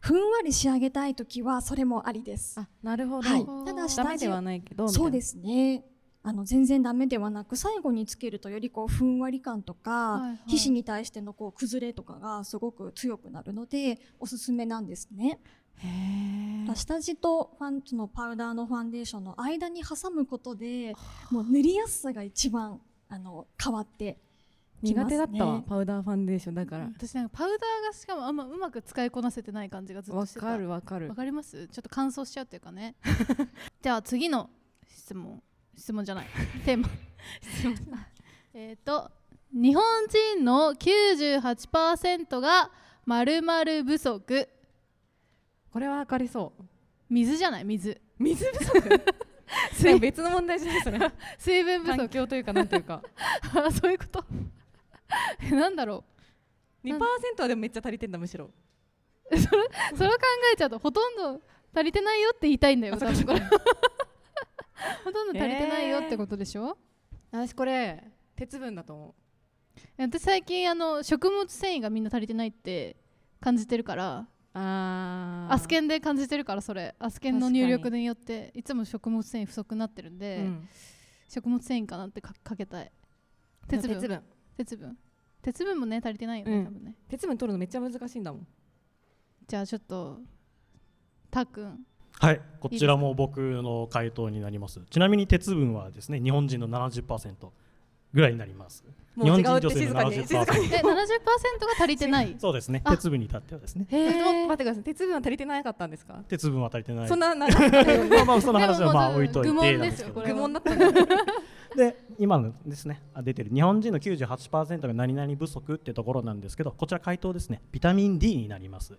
H: ふんわり仕上げたい時はそれもありです。
B: あなるほど、
H: はい、
C: ど
H: ただ
B: ダ
H: 下
B: メ
H: 地
B: ではないけど
H: そうですすねあの全然ダメではなく最後につけるとよりこうふんわり感とか、
C: いはい
H: 皮脂に対してのこう崩れとかがすごく強くなるのでおすすめなんですね。
B: へえ
H: 下地とファンそのパウダーのファンデーションの間に挟むことでもう塗りやすさが一番あの変わってき
B: 苦
H: ます
B: 手
H: ね
B: だったわパウダーファンデーションだから
C: 私なんかパウダーがしかもあんまうまく使いこなせてない感じがずっと
B: わ
C: してた
B: かるわかる
C: わかりますちょっと乾燥しちゃうという かねじゃあ次の質問質問じ ゃないテーマ 質問えっと日本人の98%が〇〇不足
B: これはわかりそう
C: 水じゃない水
B: 水不 足それ別の問題じゃ ないそれ
C: 水分不
B: 環
C: 足
B: 境というか なんというか
C: あそういうこと えなんだろ
B: 2%はでもめっちゃ足りてんだむしろ
C: う それを考えちゃうとほとんど足りてないよって言いたいんだよ
B: あ
C: 多
B: そっか
C: 分これ ほとんど足りてないよってことでしょ、
B: 私これ鉄分だと思
C: 私最近あの食物繊維がみんな足りてないって感じてるから
B: うあ
C: アスケンで感じてるからそれアスケンの入力によっていつも食物繊維不足になってるんで、
B: うん
C: 食物繊維かなってかかけたい鉄分
B: 鉄分
C: 鉄分鉄分もね足りてないよね、
B: うん
C: 多分ね
B: 鉄分取るのめっちゃ難しいんだもん
C: じゃあちょっとたっくん
G: はい、こちらも僕の回答になります。ちなみに鉄分はですね、日本人の70%ぐらいになります。
B: もう
G: 日本
B: 違う
G: 人
B: って
G: 女性の
B: 静かに静か
C: え
G: 70%。
C: 70%が足りてない
G: そうですね、
C: あ
G: 鉄分に至ってはです ね。
C: へ
B: ちょっと待
C: ー
B: ってください鉄分は足りてなかったんですか
G: 鉄分は足りてない。
B: そんな長い
G: まあまあその話はまあ
C: でも
G: 置いといて
C: 愚
G: なん
C: 問で
G: ですすけ
C: よ
G: ど
C: これ
B: 愚
C: は
B: 問だったんだ
G: で今のですねあ出てる日本人の98%が何々不足ってところなんですけどこちら回答ですねビタミン D になります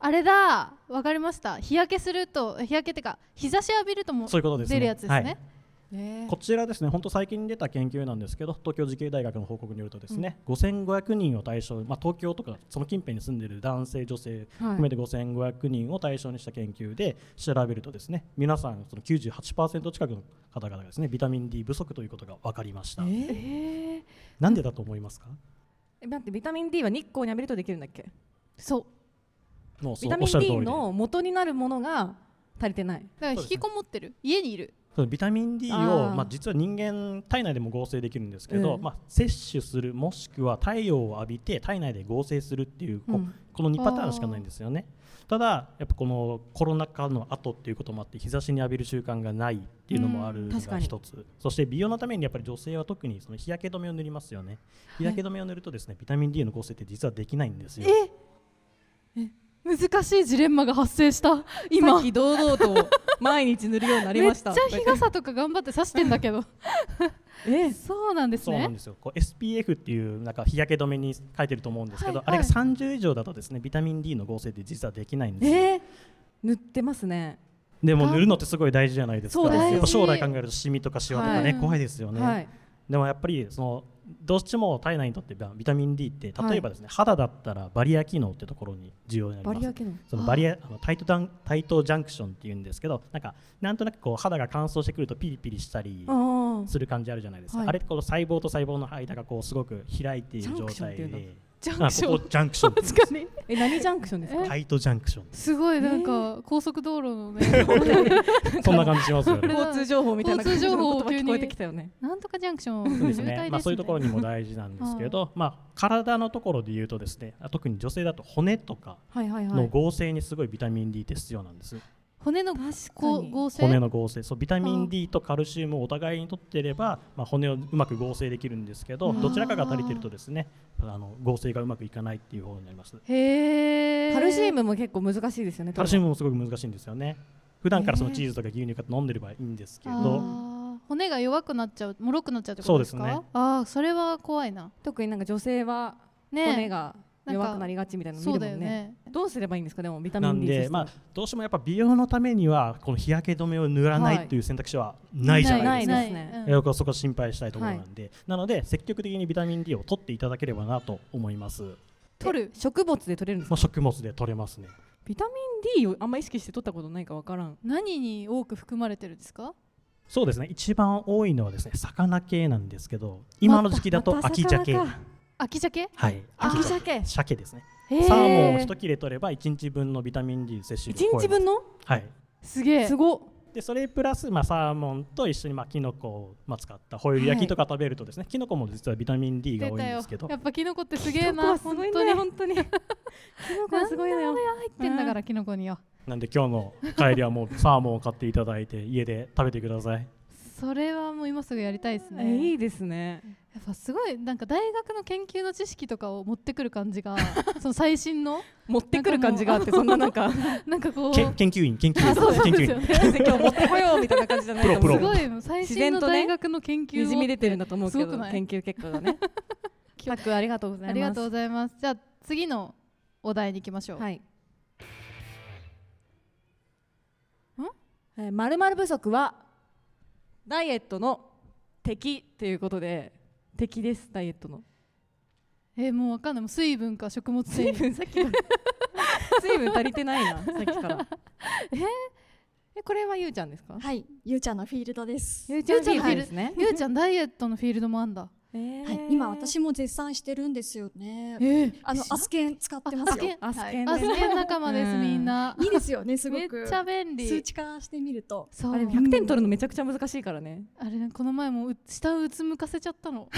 C: あれだわかりました日焼けすると日焼けってか日差し浴びるとも
G: そういうことですね
C: 出るやつですね
G: はい
B: ね
G: こちらですね、本当最近出た研究なんですけど、東京慈恵大学の報告によるとですね、5500人を対象に、まあ、東京とかその近辺に住んでいる男性、女
B: は
G: 性
B: い
G: 含めて5500人を対象にした研究で調べるとですね、皆さんその98%近くの方々がですね、ビタミン D 不足ということが分かりました。
B: え
G: なんでだと思いますか？
B: え待ってビタミン D は日光に浴びるとできるんだっけ
C: そう
G: もうそ
B: ビ
G: う
B: タ
G: おっ
B: ミン
G: しゃる通
B: D
G: りで、
B: の元になるものが足りてない
C: だから引きこもってる、家にいる
G: そのビタミン D を
B: あー
G: まあ実は人間体内でも合成できるんですけど、
B: うん
G: まあ摂取するもしくは太陽を浴びて体内で合成するっていうこう
B: うん
G: この2パターンしかないんですよね。ただやっぱこのコロナ禍の後っていうこともあって日差しに浴びる習慣がないっていうのもあるの
B: 確か
G: が
B: に
G: 一つ、そして美容のためにやっぱり女性は特にその日焼け止めを塗りますよね日焼け止めを塗るとですね、ビタミン D の合成って実はできないんですよ
C: 難しいジレンマが発生した
B: さ
C: 今
B: っき堂々と毎日塗るようになりました
C: めっちゃ日傘とか頑張って差してんだけ ど
B: え
C: そうなんです
G: そうなん
C: ね
G: ですよこう SPF っていうなんか日焼け止めに書いてると思うんですけど、
C: はいはい
G: あれが30以上だとですねビタミン D の合成って実はできないんですよ、
B: えー塗ってますね
G: でも塗るのってすごい大事じゃないですか
B: そうですよ
G: やっぱ将来考えるとシミとかシワとかね、
C: はい
G: 怖いですよね、
B: はい
G: でもやっぱりそのどうしても体内にとってビタミン D って例えばですね、肌だったらバリア機能ってところに重要になり
B: バ
G: ます
B: リア機能
G: そのバリアあのタイトダンタイトジャンクションっていうんですけどなんかなんとなくこう肌が乾燥してくるとピリピリしたり
B: あ
G: する感じあるじゃないですか、
B: はい
G: あれってこの細胞と細胞の間がこうすごく開いている
B: ジャ
G: 状
B: ンクションっ
G: 態
B: ていうんだ
G: で
C: ジャン
G: あ
C: クショ
G: こ
C: ン
G: こジャンクションって言うんです
C: 確かに
B: ーえ何ジャンクションですか
G: タイトジャンクション
C: すごいなんか、
B: え
C: 高速道路の ね
G: そんな感じします よね
C: え
B: 交通情報みたいな感じの言葉
C: 交通情報を急に
B: 聞こえてきたよね
C: なんとかジャンクション
G: そうです
C: 渋滞
G: ね。まあそういうところにも大事なんですけど、まあ体のところで言うとですね、あ特に女性だと骨とか
B: はいはいは
G: の
B: い
G: 合成にすごいビタミン D って必要なんです。
C: 骨のこう合成
G: 骨の合成、そうビタミン D とカルシウムをお互いにとっていれば、まあ骨をうまく合成できるんですけど、
B: うん
G: どちらかが足りてるとですね、あの合成がうまくいかないっていう方になります。
C: へえ
B: カルシウムも結構難しいですよね
G: カルシウ
B: ム
G: ムもすごく難しいんですよね。普段からそのチーズとか牛乳とか飲んでればいいんですけど、
C: 骨が弱くなっちゃう脆くなっちゃうってことですか
G: そうですね
C: ああそれは怖いな
B: 特になんか女性は
C: ね
B: 骨が
C: なんか
B: 弱くなりがちみたいなの
C: そ
B: 見
C: う
B: る
C: だ
B: も
C: よ
B: んね
C: ね
B: どうすればいいんですかでもビタミ
G: な
B: ン
G: ん
B: D で
G: で、
B: す
G: まあ、どうしてもやっぱ美容のためにはこの日焼け止めを塗らな
B: はい
G: いという選択肢はないじゃないですか
B: ないですね
C: ないうん
G: えー僕はそこは心配したいところなんで、なので積極的にビタミン D を取っていただければなと思いますも
C: 取る
B: 植物で取れるんです
G: う
B: か
G: 食物で取れますね
B: ビタミン D をあんま意識して取ったことないかわからん
C: 何に多く含まれてるんですか
G: そうですね一番多いのはですね魚系なんですけど今の時期だと秋鮭、
B: また魚か
C: 秋鮭
G: はい
B: 秋
G: 鮭
B: 鮭
G: 鮭ですね
C: へー
G: サーモンを一切れ取れば1日分のビタミン D 摂取量
B: 一
G: を超えま
B: 日
G: す
B: 分の
G: はい
C: すげえ
B: すごっ
G: でそれプラス、まあ、サーモンと一緒に、まあ、キノコを、まあ、使ったホイル焼きとか食べるとですね、キノコも実はビタミン D が多いんですけど
C: やっぱキノコってすげえな
B: キノコはす
C: 本
B: ごいんだ
C: 当
B: よ
C: に
B: 本当にキノコはすごいのよ
C: 入ってんだからキノコによ
G: なんで今日の帰りはもうサーモンを買っていただいて家で食べてください
C: それはもう今すぐやりたいです
B: え
C: ね
B: いいですね
C: やっぱすごいなんか大学の研究の知識とかを持ってくる感じ がその最新の
B: 持ってくる感じがあってそんななんか
C: なんかこう
G: けん研究員研究員
C: あそうそう
G: 研
C: で
G: 究
C: すよ
G: 員
C: ね
B: 今日持ってこようみたいな感じじゃないと思う
G: プロ
C: す
G: プロ
C: ごいもう最
B: 自
C: 新
B: 然
C: の
B: とね
C: 大学の研究を
B: にじみ出てるんだと思うけ
C: す
B: ど
C: ごくない
B: 研究結果が ねタックありがとうございます
C: ありがとうございますじゃあ次のお題に行きましょう、
B: はい。ん？まるまる不足はダイエットの敵ということで敵ですダイエットの
C: えーもうわかんないもう水分か食物
B: 水
C: 繊維
B: 分さっきから水分足りてないなさっきから ええこれはゆうちゃんですか？
H: はい、ゆうちゃんのフィールドです。
B: ゆうちゃんフィール
C: ゆうちゃん
B: ドで
C: のフィールド
B: すね。
C: ゆうちゃんダイエットのフィールドもあんだ
H: はい、今私も絶賛してるんですよね。
C: ええ
H: あのアスケン使ってますよ。
B: アスケン
C: あすげえ仲間です
B: うん
C: みんない
H: いですよね、すご
C: めっ
H: く。
C: ちゃ便利
H: 数値化してみると。
C: そう
B: あれ100点取るのめちゃくちゃ難しいからね。
C: あれねこの前もう下をうつむかせちゃっ たの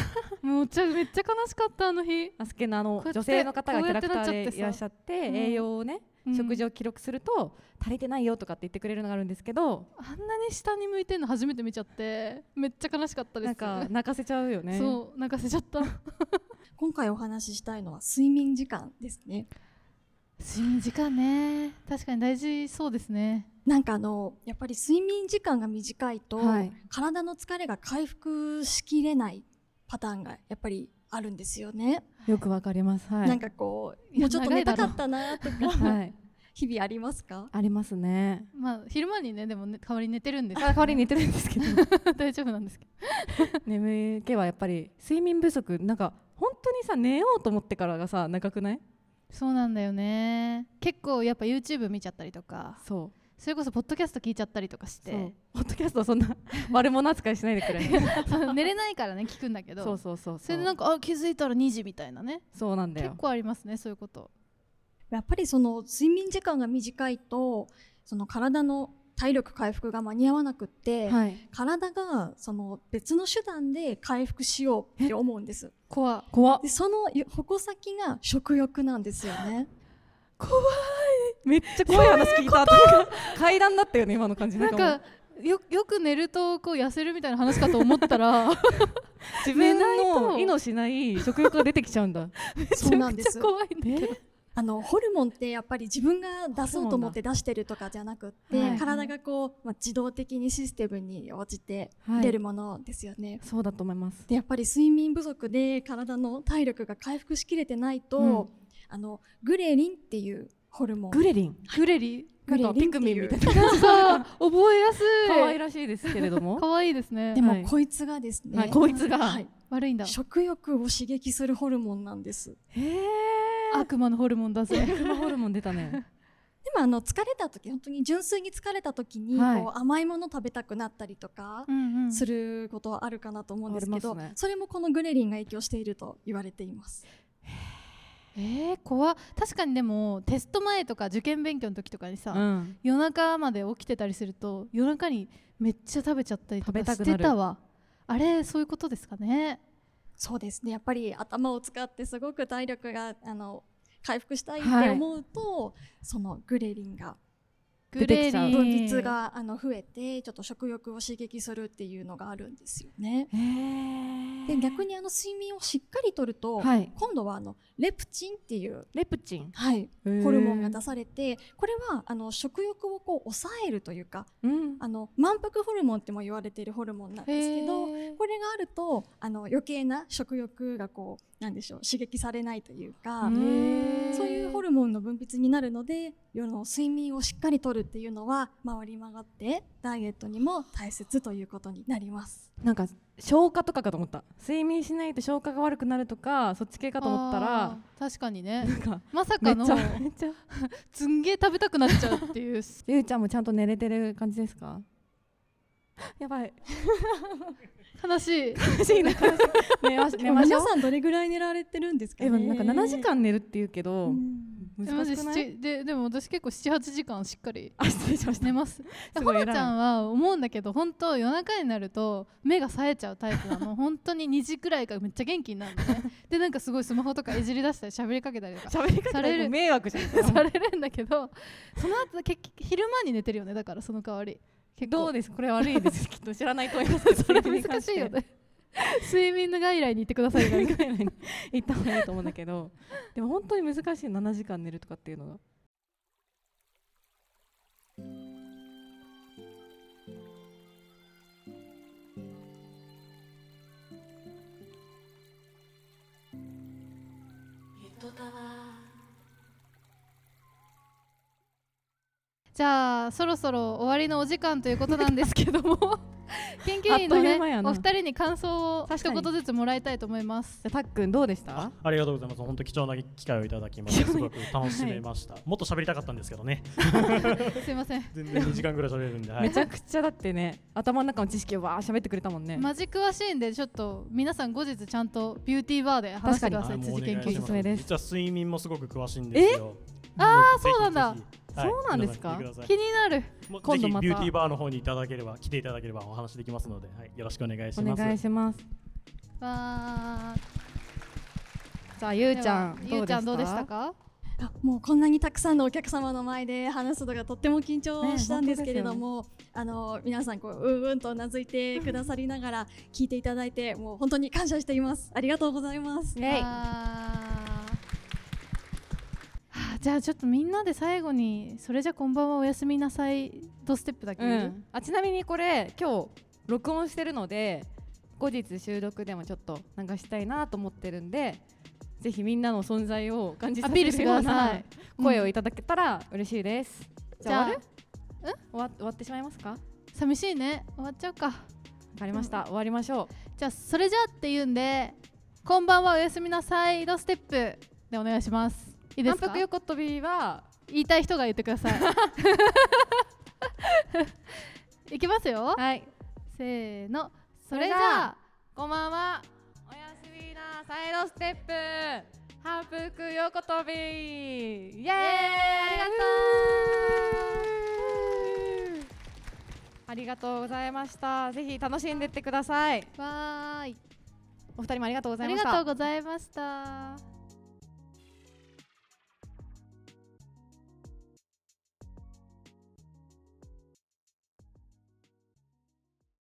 C: もうちゃめっちゃ悲しかったあの日、
B: アスケのあの
C: こうやって
B: 女性の方がキャラクタ
C: こうやってなっち
B: ー
C: ゃ
B: で
C: ってさ
B: いらっしゃって
C: うん
B: 栄養をね
C: うん
B: 食事を記録すると足りてないよとかって言ってくれるのがあるんですけど
C: あんなに下に向いてるの初めて見ちゃってめっちゃ悲しかったです
B: なんか泣かせちゃうよね。
C: そう泣かせちゃった
H: 今回お話ししたいのは睡眠時間ですね。
C: 睡眠時間ね確かに大事そうですね
H: なんかあのやっぱり睡眠時間が短いと、
B: はい
H: 体の疲れが回復しきれないパターンがやっぱりあるんですよね。
B: よくわかります。はい。
H: なんかこう
C: いや
H: もうちょっと
C: 長い
H: 寝
C: だ
H: た
C: ろ
H: かったなと か、
B: はい。
H: 日々ありますか？
B: ありますね。
C: まあ昼間にねでもね代わりに寝てるんです
B: 代わりに寝てるんですけど、
C: 大丈夫なんですけど
B: 眠気はやっぱり睡眠不足、なんか本当にさ寝ようと思ってからがさ長くない？
C: そうなんだよね結構やっぱ YouTube 見ちゃったりとか
B: そ
C: それこそポッドキャスト聞いちゃったりとかし
B: う。そう
C: て。
B: ポッドキャストはそんな悪者扱いしないでくれ。
C: 寝れないからね聞くんだけど
B: そうそうそう。
C: それでなん
B: か
C: かあ気づいたら2時みたいなね
B: そうなんだ
C: 結
B: よ。
C: 構ありますねそういうこと
H: やっぱりその睡眠時間が短いとその体の体力回復が間に合わなくって、
B: はい。
H: 体がその別の手段で回復しようって思うんです。
C: 怖
B: 怖っ
H: でその矛先が食欲なんですよ ね。
B: めっちゃ怖い話聞いた。なんか階段だったよね今の感じ。
C: なんかよよく寝るとこう痩せるみたいな話かと思っ たら
B: 自分
C: 寝ない
B: の
C: と
B: 意のしない食欲が出てきちゃうんだ。
H: そうなん
C: め
H: で
C: っち
H: す
C: ゃ。怖いんだけど
H: あのホルモンってやっぱり自分が出そうと思って出してるとかじゃなくって、
B: はい
H: 体がこう、まあ、自動的にシステムに応じて
B: はい
H: 出るものですよね。
B: そうだと思います。
H: でやっぱり睡眠不足で体の体力が回復しきれてないと、
B: うん
H: あのグレリンっていうホルモン
B: グレリン。
C: グレリ
H: グレリンっていう
B: な感 じ
C: さあ覚えやすい
B: 可愛らしいですけれど も。
C: 可愛いですね
H: で
B: は
H: も
B: い
H: こいつがですね、
B: はいこいつが
H: はい
C: 悪いんだ
H: 食欲を刺激するホルモンなんです
B: へえ。
C: 悪魔のホルモンだぜ
B: 悪魔ホルモン出たね。
H: でもあの疲れた時本当に純粋に疲れた時に、
B: はい
H: こう甘いもの食べたくなったりとか
C: うんうん
H: することはあるかなと思うんですけ
B: あ
H: ど、
B: りますね
H: それもこのグレリンが影響していると言われています
C: えー、怖っ確かにでもテスト前とか受験勉強の時とかにさ、
B: うん。
C: 夜中まで起きてたりすると夜中にめっちゃ食べちゃったりとか
B: 食べたく
C: し
B: なる
C: てたわあれそういうことですかね
H: そうですねやっぱり頭を使ってすごく体力があの回復したいっ
B: はい
H: て思うと、そのグレリンが
C: グ
B: 出て
C: レ
B: き
C: リ
B: ちゃう
C: ン
H: 分泌があの増えてちょっと食欲を刺激するっていうのがあるんですよね。で逆にあの睡眠をしっかりとると、
B: はい。
H: 今度はあのレプチンっていう、
B: レプチン。
H: はい、ホ
B: ホ
H: ルモンが出されてこれはあの食欲をこう抑えるというか
B: うん。
H: あの満腹ホルモンっても言われているホルモンなんですけど
C: へー
H: これがあるとあの余計な食欲がこうなんでしょう刺激されないというか、
B: へー
H: そういうホルモンの分泌になるので夜の睡眠をしっかりとるっていうのは回り曲がってダイエットにも大切ということになります。
B: なんか消化とかかと思った。睡眠しないと消化が悪くなるとか、そっち系かと思ったら
C: あ、ー確かに ね
B: なんか
C: まさ
B: め
C: か
B: っ
C: の
B: ちゃめっちゃ。
C: すんげえ食べたくなっちゃうっていう
B: ゆうちゃんもちゃんと寝れてる感じですか？やばい。
C: 悲しい
B: 悲しいな。 寝まし寝ましょ
H: 皆
B: う。
H: さんどれぐらい寝られてるんですか
B: え、
H: ね。
B: でもなんか七時間寝るっていうけ
H: う
B: ど、
H: ん
B: 難しく
C: マ
B: な
C: ジ
B: い？
C: 七ででも私結構78時間しっかり
B: あ、失礼しました。
C: 寝 ます
B: す
C: ほ
B: ごい偉
C: の
B: い
C: ちゃんは思うんだけど本当夜中になると目が冴えちゃうタイプな の本当に2時くらいからめっちゃ元気になるの ねでなんかすごいスマホとかいじり出したり喋りかけたりと か
B: 喋り方
C: され
B: が
C: る
B: 迷惑じゃん。
C: されるんだけどその後結局昼間に寝てるよねだからその代わり
B: どうですこれ悪い ですきっと知らないと思います
C: それ難しいよね睡眠の外来に行ってください がいい
B: 海外に行った方がいいと思うんだけど でも本当に難しい7時間寝るとかっていうのが
C: じゃあそろそろ終わりのお時間ということなんですけど も研究員の
B: あっという間
C: ね
B: やな
C: お二人に感想を
B: 確か
C: 一
B: に
C: 言ずつもらいたいと思い ます
B: じゃあたっくんどうでした
G: ありがとうございます。本当貴重な機会をいただきまして、すごく楽しめました。もっと喋りたかったんですけどね。
C: すいません
G: 全然2時間ぐらい喋れるんで。はい
B: めちゃくちゃだってね頭の中の知識をわー喋ってくれたもんね、
C: マジ詳しいんでちょっと皆さん後日ちゃんとビューティーバーで話してくださ
G: はいいもう
C: 辻研
G: お願
C: 究
G: い
C: 員
G: しま
B: おすすめです
G: 実は睡眠もすごく詳しいんですよ。
C: あー
G: ぜひ
C: そうなんだ
G: ぜひはい
B: そうなんですか
G: 皆さん聞
C: 気
G: いてくださ
C: になる
G: いもう
B: 今
G: ぜ
B: 度
G: ひ
B: また
G: ビューティーバーの方にいただければ来ていただければお話できますので、はい、よろしくお願いし
B: お
G: ます。
B: 願いします
C: わー
B: じゃあゆうちゃん
C: ではゆうちゃんどうでした
B: か
C: か
H: あもうこんなにたくさんのお客様の前で話すのがとっても緊張したんですけれども、あの皆さんこううんうんとうなずいてくださりながら聞いていただいてもう本当に感謝していますありがとうございます
B: ね
C: あーはあじゃあちょっとみんなで最後に「それじゃこんばんはおやすみなさい」ドステップだけ
B: う
C: 言う、
B: ん、あちなみにこれ今日録音してるので後日収録でもちょっと流したいなと思ってるんでぜひみんなの存在を感じさ
C: ア
B: せ
C: ピールし
B: る
C: てく
B: よう
C: ださ
B: ない 声を
C: うん
B: いただけたら嬉しいです、じ
C: じゃ
B: ゃあ
C: あ
B: 終わる終わ終わってしまいますかわ
C: 寂しいね終わっちゃうか
B: かりました、終わりましょ
C: じゃあそれじゃあって言うんで「こんばんはおやすみなさい」ドステップでお願いしますいいうです
B: 満
C: か
B: 腹横跳びは
C: 言いたい人が言ってくださいいきますよ
B: はい
C: せーのそ
B: そ
C: れ
B: れ
C: じ
B: じ
C: ゃ
B: ゃ
C: あ
B: あこんばんはおやすみなサイドステップ反復横跳びイエーイありがとうありがとうございましたぜひ楽しんでってください
C: わーい
B: お二人もありがとうござ
C: あ
B: い
C: り
B: まし
C: がとう
B: た
C: ございました。